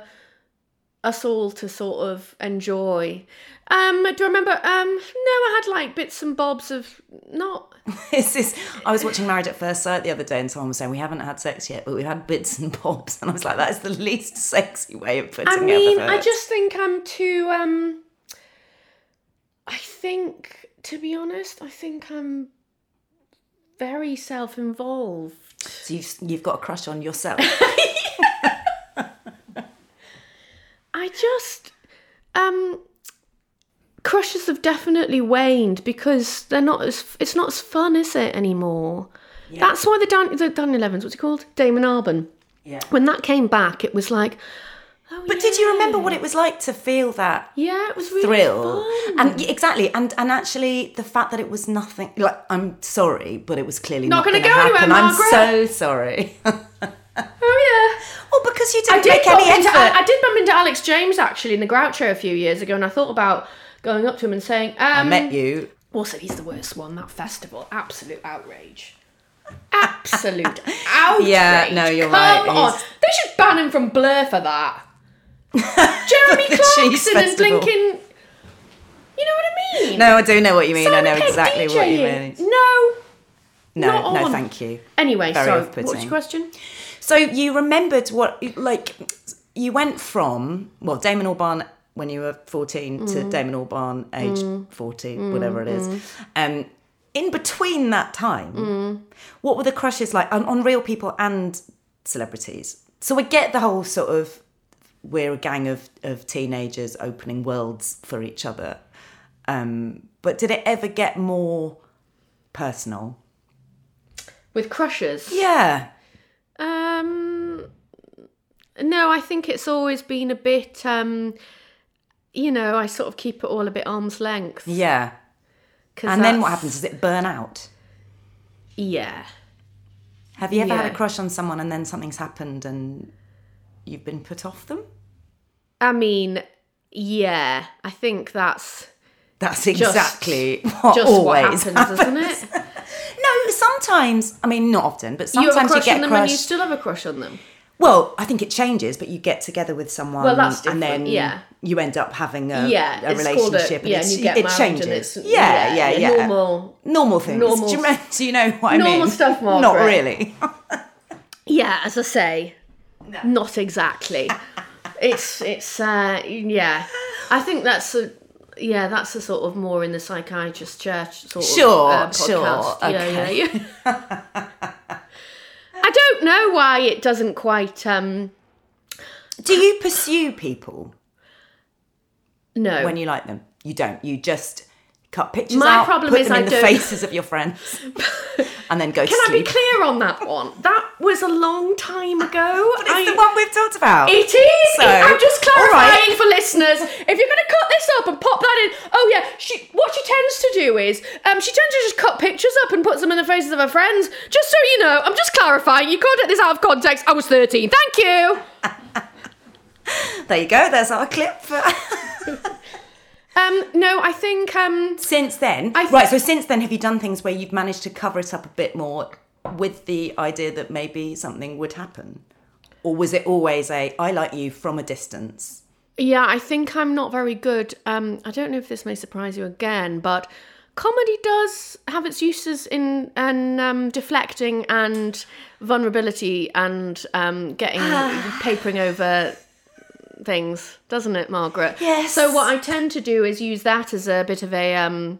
us all to sort of enjoy. Um, do I remember? Um, no, I had like bits and bobs of not. It's this. I was watching Married at First Sight the other day, and someone was saying we haven't had sex yet, but we've had bits and bobs, and I was like, that is the least sexy way of putting I it. mean, I've I heard. just think I'm too. Um, I think, to be honest, I think I'm very self-involved. so you've, you've got a crush on yourself. I just um crushes have definitely waned because they're not as it's not as fun is it anymore. That's why the Dan the Daniel Evans what's it called Damon Alban. Yeah. When that came back, it was like, oh, But did you remember what it was like to feel that yeah, it was really thrill? fun. And yeah, exactly, and and actually, the fact that it was nothing. Like, I'm sorry, but it was clearly not, Not gonna going to go anywhere, happen. I'm so Margaret. sorry. oh yeah. well, because you I didn't did make bump any into, effort. I, I did bump into Alex James actually in the Groucho a few years ago, and I thought about going up to him and saying, um, I met you. Also, he's the worst one. That festival, absolute outrage. Absolute outrage. Yeah, no, you're Come right, on, he's- they should ban him from Blur for that. Jeremy The cheese Clarkson and festival. blinking. You know what I mean? No, I do know what you mean. I Simon know Pegg exactly what you DJing. mean. No. No, not no, on. thank you. Anyway, Very sorry. off-putting. What was your question? So you remembered what, like, you went from, well, Damon Albarn when you were 14 to Damon Albarn age 40, whatever it is. Um, in between that time, what were the crushes like on, on real people and celebrities? So we get the whole sort of we're a gang of, of teenagers opening worlds for each other. Um, but did it ever get more personal? With crushes. Yeah. Um, no, I think it's always been a bit. Um, you know, I sort of keep it all a bit arm's length. Yeah. 'cause And then what that's- happens? Does it burn out? Yeah. Have you ever had a Yeah. crush on someone and then something's happened and you've been put off them? I mean, yeah. I think that's That's just exactly what just what always happens, isn't it? No, sometimes, I mean, not often, but You have a sometimes you, crush on get them and you crushed. still have a crush on them. Well, I think it changes, but you get together with someone Well, that's and then different, yeah. you end up having a, yeah, a it's called relationship. A, yeah, it's- and you get it married changes. And it's, yeah, yeah, yeah. Normal. Normal things. Normal do, you remember, do you know what I mean? Normal stuff, Not Margaret. really. Yeah, as I say, not exactly. it's it's uh yeah. I think that's a yeah, that's a sort of more in the psychiatrist church sort Sure, of uh, podcast. sure, Yeah, okay. yeah, yeah. I don't know why it doesn't quite um do you pursue people? no. when you like them. You don't. You just cut pictures My out, problem put is them I in the don't- faces of your friends, and then go to Can I be sleep. clear on that one? That was a long time ago. But it's I- the one we've talked about. It is. So, I'm just all right. clarifying for listeners. If you're going to cut this up and pop that in, oh yeah, she what she tends to do is um, she tends to just cut pictures up and puts them in the faces of her friends. Just so you know, I'm just clarifying. You can't take this out of context. I was 13. Thank you. There you go. There's our clip. For... Um, no, I think um, since then, I- right. So since then, have you done things where you've managed to cover it up a bit more with the idea that maybe something would happen, or was it always a "I like you" from a distance? yeah, I think I'm not very good. Um, I don't know if this may surprise you again, but comedy does have its uses in and um, deflecting and vulnerability and um, getting papering over things, doesn't it, Margaret? Yes. So what I tend to do is use that as a bit of a um,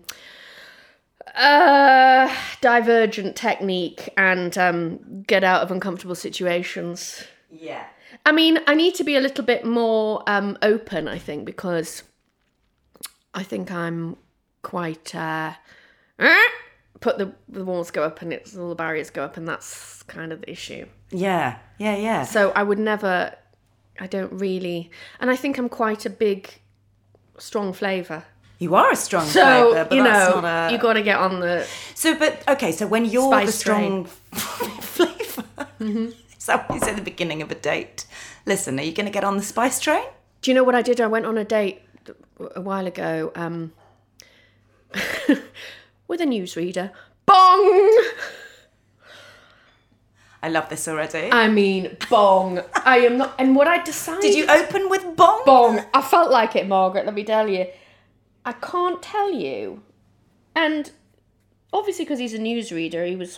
uh, divergent technique and um, get out of uncomfortable situations. Yeah. I mean, I need to be a little bit more um, open, I think, because I think I'm quite uh, eh, put the the walls go up and it's all the barriers go up, and that's kind of the issue. Yeah. Yeah. Yeah. So I would never, I don't really, and I think I'm quite a big, strong flavour. you are a strong So fiber, but you that's know, not a. you got to get on the. So, but okay, so when you're Spice the Mm-hmm. strong flavor, is that what you say at the beginning of a date? Listen, are you going to get on the spice train? Do you know what I did? I went on a date a while ago um, with a newsreader. Bong! I love this already. I mean, bong. I am not. And what I decided. Did you open with bong? bong. I felt like it, Margaret, let me tell you. I can't tell you. And obviously, because he's a newsreader, he was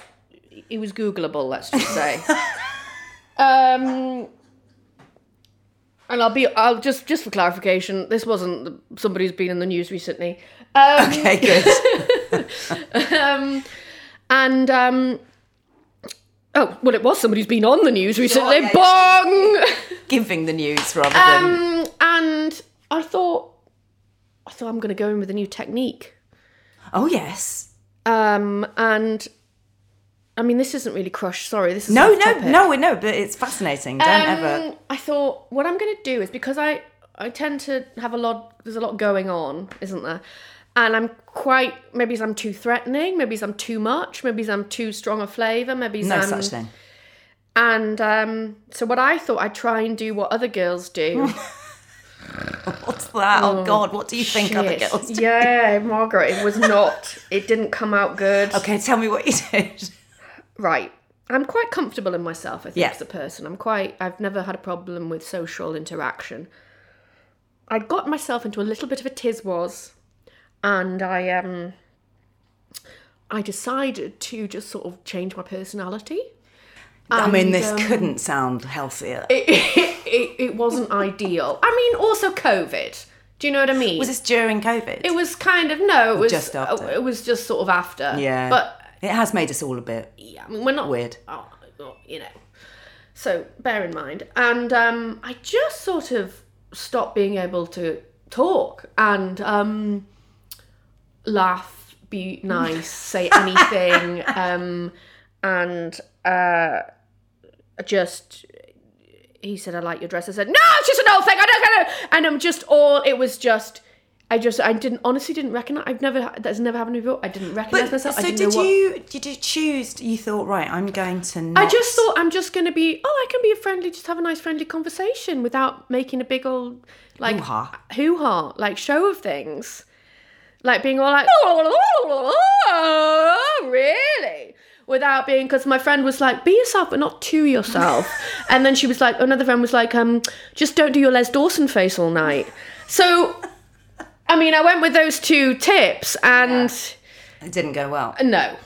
he was Googleable, let's just say. um, and I'll be I'll just just for clarification, this wasn't the- somebody who's been in the news recently. Um, Okay, good. and um, oh well, it was somebody who's been on the news recently. yeah, Bong. Giving the news rather than. Um, and I thought, I thought I'm going to go in with a new technique. oh yes. Um, and I mean, this isn't really crush. Sorry, this is No, off no, topic. no, no. But it's fascinating. Don't ever. Um, I thought what I'm going to do is because I I tend to have a lot. There's a lot going on, isn't there? And I'm quite maybe I'm too threatening, maybe I'm too much, maybe I'm too strong a flavour, maybe No I'm such thing. And um, so what I thought I'd try and do what other girls do. What's that? Oh, God! What do you think other Shit. girls? Do? Yeah, Margaret, it was not. It didn't come out good. Okay, tell me what you did. Right. I'm quite comfortable in myself, I think, Yeah. as a person. I'm quite, I've never had a problem with social interaction. I got myself into a little bit of a tiz was, and I, um, I decided to just sort of change my personality. I mean, And, this um, couldn't sound healthier. It, it, it wasn't ideal. I mean, also COVID. Do you know what I mean? was this during COVID? it was kind of no. It was Just after. It was just sort of after. yeah, But it has made us all a bit. yeah, I mean, we're not Weird. Oh, you know. So bear in mind, and um, I just sort of stopped being able to talk and um, laugh, be nice, say anything, um, and uh, just. He said, "I like your dress." I said, "No, it's just an old thing. I don't know." And I'm just all. It was just. I just. I didn't. Honestly, didn't recognize. I've never. That's never happened before. I didn't recognize But, so myself. I didn't did know what- you? Did you choose? You thought, right? I'm going to. Not I just thought I'm just going to be. Oh, I can be a friendly, just have a nice friendly conversation without making a big old like Hoo-ha. hoo-ha, like show of things, like being all like, "Oh, really, without being. Because my friend was like, be yourself, but not to yourself. and then she was like, another friend was like, um, just don't do your Les Dawson face all night. So, I mean, I went with those two tips, and It didn't go well. no.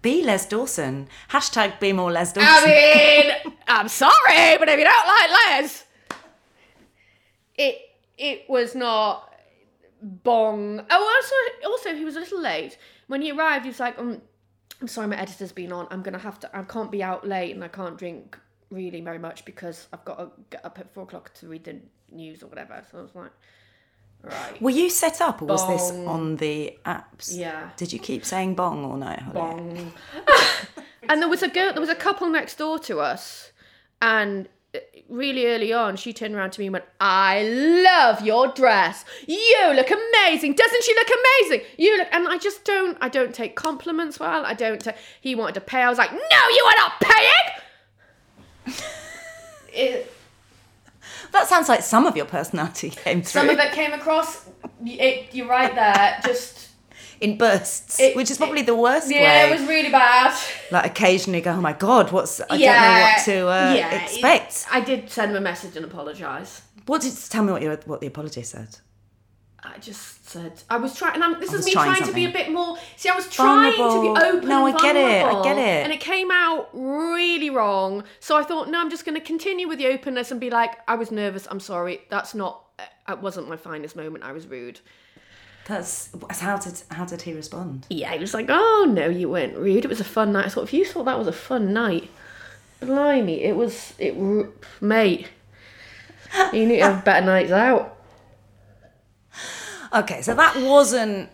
Be Les Dawson. Hashtag be more Les Dawson. I mean, I'm sorry, but if you don't like Les, it it was not bong. Oh, also, also he was a little late when he arrived. He was like, um, "I'm sorry, my editor's been on. I'm gonna have to. I can't be out late, and I can't drink really very much because I've got to get up at four o'clock to read the news or whatever." So I was like, "Right, Were you set up, or was this Bong. on the apps? yeah." Did you keep saying bong all night? Holly? bong. and there was a girl, there was a couple next door to us, and uh, really early on, she turned around to me and went, "I love your dress. You look amazing. Doesn't she look amazing? You look." And I just don't, I don't take compliments well. I don't. ta- he wanted to pay. I was like, "No, you are not paying." It- That sounds like some of your personality came through some of it came across. It, you're right there. Just in bursts, It- which is it- probably the worst yeah, way. it was really bad. like occasionally go, oh my god, what's I don't know what to uh, yeah, it- expect. I did send him a message and apologise. What did tell me what your what the apology said? I just said I was trying, and I'm, this was is me trying trying to be a something. bit more. See, I was trying to Vulnerable. be open. No, and I get it, I vulnerable, get it. And it came out really wrong. So I thought, no, I'm just going to continue with the openness and be like, I was nervous. I'm sorry. That's not. uh, It wasn't my finest moment. I was rude. That's how did how did he respond? Yeah, he was like, oh no, you weren't rude. It was a fun night. I thought if you thought that was a fun night, blimey, it was. It, r- mate, you need to have better nights out. Okay, so that wasn't.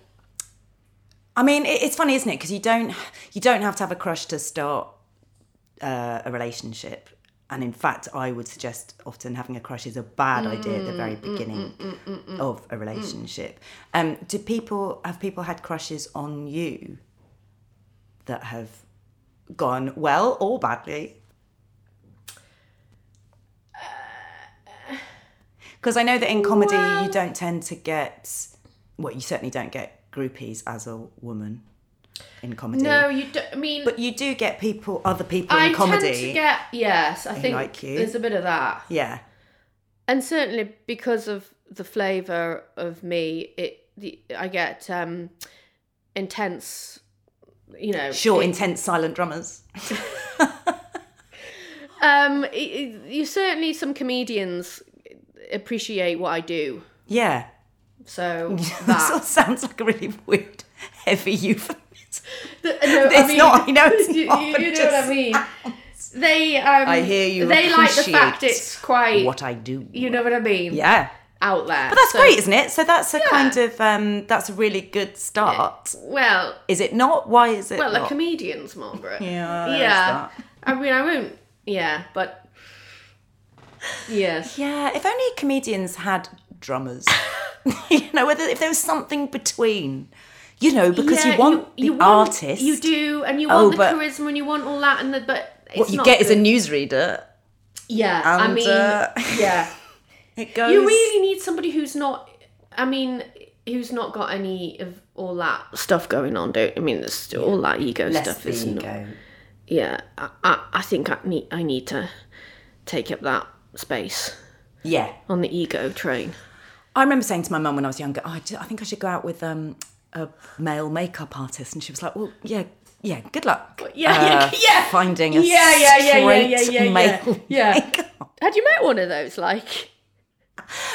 I mean, it, it's funny, isn't it? Because you don't you don't have to have a crush to start uh, a relationship. And in fact, I would suggest often having a crush is a bad Mm, idea at the very beginning of a relationship. Um, do people have people had crushes on you that have gone well or Uh, badly? Because I know that in comedy, you don't tend to get, well, you certainly don't get groupies as a woman in comedy. No, you. Do, I mean, But you do get people, other people I in comedy. tend to get yes. I think like you. there's a bit of that. yeah. and certainly because of the flavor of me it the, i get um intense you know Sure, intense silent drummers. um it- it- you certainly some comedians appreciate what i do Yeah. so That that sort of sounds like a really weird, heavy euphemism. Th- no, It's not- I know it's you, not, you- but you it know what just i mean they um I hear you they like the fact appreciate it's quite What I do. you know what i mean yeah. out there But that's So- great, isn't it? So that's a kind of um, that's a really good start. well Is it not? Why is it? well not? a comedian's margaret Yeah, there's yeah that. i mean i won't yeah but yes Yeah, if only comedians had drummers. you know, whether if there was something between, you know, because Yeah, you want the want- artist. you do and you Oh, want the but- charisma and you want all that and the but it's What you not get is a good. newsreader. yeah i and, mean uh, yeah It goes. you really need somebody who's not i mean who's not got any of all that stuff going on don't i mean there's still all that ego less stuff the is not ego. yeah I, I i think i need i need to take up that space Yeah, on the ego train I remember saying to my mum when I was younger, oh, I, ju- I think I should go out with um, a male makeup artist, and she was like, Well, yeah, yeah, good luck. yeah, uh, yeah, yeah. Finding a Yeah, yeah, yeah, yeah, yeah, straight yeah, yeah. male Yeah. makeup. Had you met one of those? Like,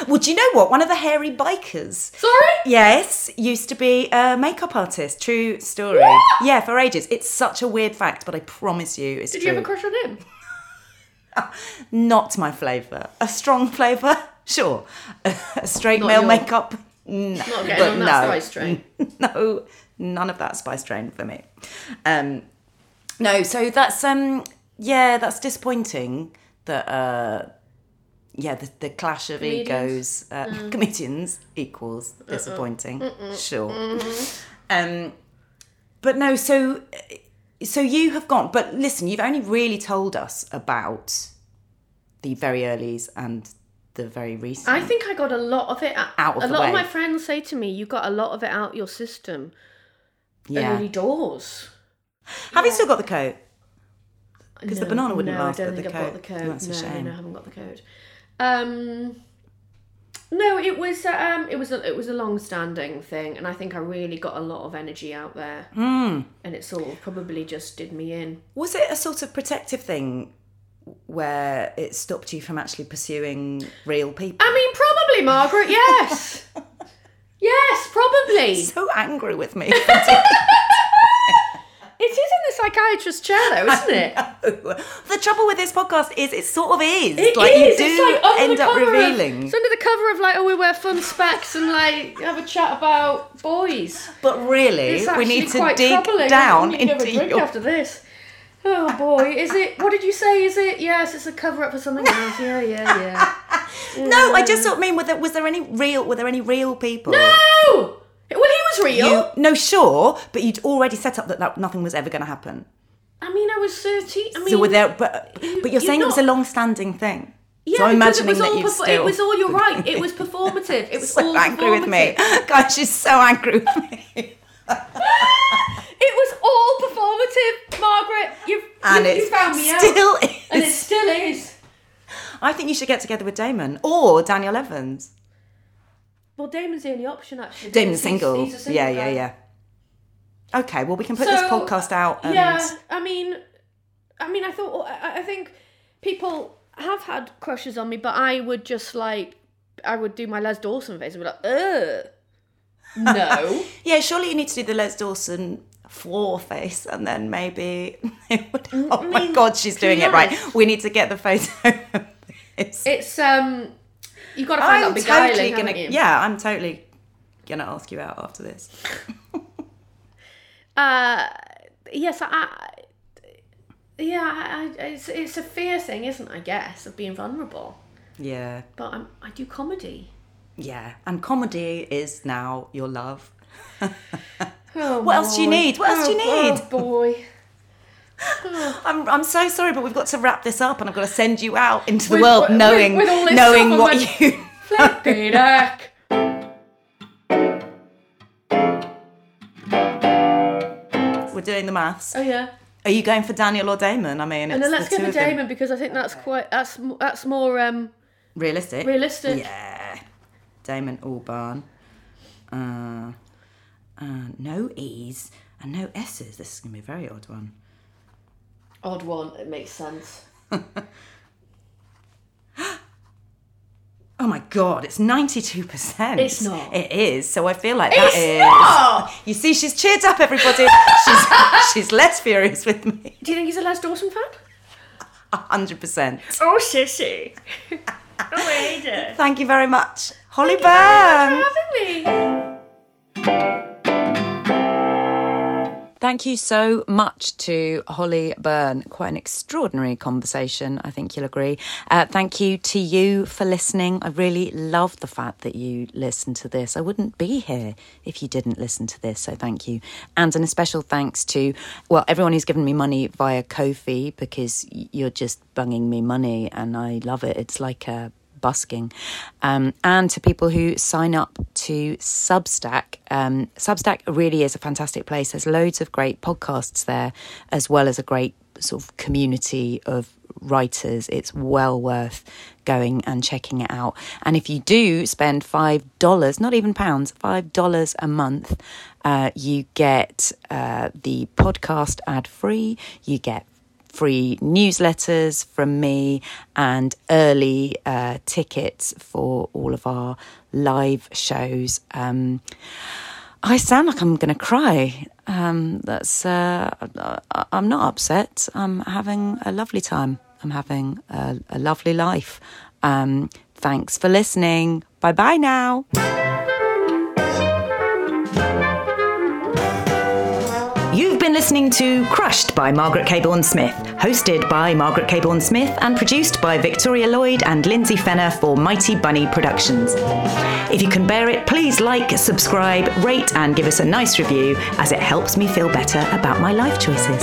Well, do you know what? One of the hairy bikers. sorry? Yes, used to be a makeup artist. True story. Yeah, for ages. It's such a weird fact, but I promise you, it's Did true. you have a crush on him? Not my flavour. A strong flavour, sure. A straight Not male your- makeup, no. Not getting but on that no. Mm. spice train. no, none of that spice train for me. Um, no, so that's um, yeah, that's disappointing. That uh, yeah, the, the clash of egos, Comedians. Mm. uh, comedians equals disappointing. Sure. Mm-hmm. Um, but no, so so you have gone. But listen, you've only really told us about the very earlys and the very recent. I think I got a lot of it out, Out of A the lot way. of my friends say to me, "You got a lot of it out your system." yeah. Early doors. Have you still got the coat? Because the No, banana wouldn't no, last, I don't but think the I've code- got the code. that's a no, shame. no, I haven't got the code. Um, no, it was uh, um, it was a, it was a long-standing thing, and I think I really got a lot of energy out there, mm. Hmm. and it sort of probably just did me in. Was it a sort of protective thing where it stopped you from actually pursuing real people? I mean, probably Margaret. Yes, yes, probably. so angry with me. It is in the psychiatrist's chair, though, isn't it? the trouble with this podcast is it sort of is. It like is, you it's do like under end the up cover of- revealing. it's under the cover of like, oh, we wear fun specs and like have a chat about boys. but really, It's we actually need to quite dig troubling. down I need to have into a drink your. after this. Oh boy, is it? What did you say? Is it? Yes, it's a cover up for something else. Yeah, yeah, yeah. No, I just sort of mean were there, was there any real were there any real people? Oh, well, he was real. You, no, sure, but you'd already set up that, that nothing was ever going to happen. I mean, I was thirteen. I mean, So were there, but but you're you're saying it was a not- long-standing thing. yeah, so I'm because imagining it that was all you perfor- still. It was all. You're right. It was performative. It was so all angry with me. performative. God, she's so angry with me. It was all performative, Margaret. You've And you, it's you found me out, still and it is. still is. I think you should get together with Damon or Daniel Evans. Well, Damon's the only option actually. Damon's He's- he's single. a single yeah, yeah, guy. yeah. Okay, well we can put So, this podcast out and yeah, I mean, I mean, I thought, I I think people have had crushes on me, but I would just like, I would do my Les Dawson face and be like, ugh, no. Yeah, surely you need to do the Les Dawson floor face and then maybe it would Oh my Mm, mean, god, she's to be doing it right. honest- We need to get the photo of this. it's um, you got to find I'm that beguiling, totally gonna haven't you? Yeah, I'm totally gonna ask you out after this. Uh, yes, I. I yeah, I, I, it's it's a fear thing, isn't? it, I guess of being vulnerable, Yeah. but I'm, I do comedy. Yeah. And comedy is now your love. Oh, What else do you boy. need? What else do you Oh, need? Oh boy. I'm, I'm so sorry, but we've got to wrap this up and I've got to send you out into the With- world with- knowing with all this knowing stuff on what my- you Flippy duck. We're doing the maths. Oh yeah. Are you going for Daniel or Damon? I mean, And it's then let's the go two for of them. Damon because I think that's quite that's m- that's more um Realistic. realistic. Yeah. Damon Albarn. Uh, uh, no E's and no S's. This is going to be a very odd one. Odd one. It makes sense. Oh my god, it's 92%. It's not. It is. So I feel like that It's is. not! You see, she's cheered up, everybody. she's, she's less furious with me. Do you think he's a Les Dawson fan? 100%. Oh, sissy. oh, I hate it. Thank you very much, Holly Byrne. Having me. Thank you so much to Holly Byrne. Quite an extraordinary conversation, I think you'll agree. Uh, thank you to you for listening. I really love the fact that you listened to this. I wouldn't be here if you didn't listen to this, so thank you. And an especial thanks to, well, everyone who's given me money via Kofi because y- you're just bunging me money and I love it. It's like a busking, um, and to people who sign up to Substack. Um, Substack really is a fantastic place. There's loads of great podcasts there, as well as a great sort of community of writers. It's well worth going and checking it out. And if you do spend $5, not even pounds, $5 a month, uh, you get uh, the podcast ad free, you get free newsletters from me and early uh, tickets for all of our live shows. Um, I sound like I'm going to cry. Um, that's uh, I, I'm not upset. I'm having a lovely time. I'm having a, a lovely life. Um, thanks for listening. Bye bye now. You've been listening to Crushed by Margaret Caborn Smith, hosted by Margaret Caborn Smith and produced by Victoria Lloyd and Lindsay Fenner for Mighty Bunny Productions. If you can bear it, please like, subscribe, rate, and give us a nice review as it helps me feel better about my life choices.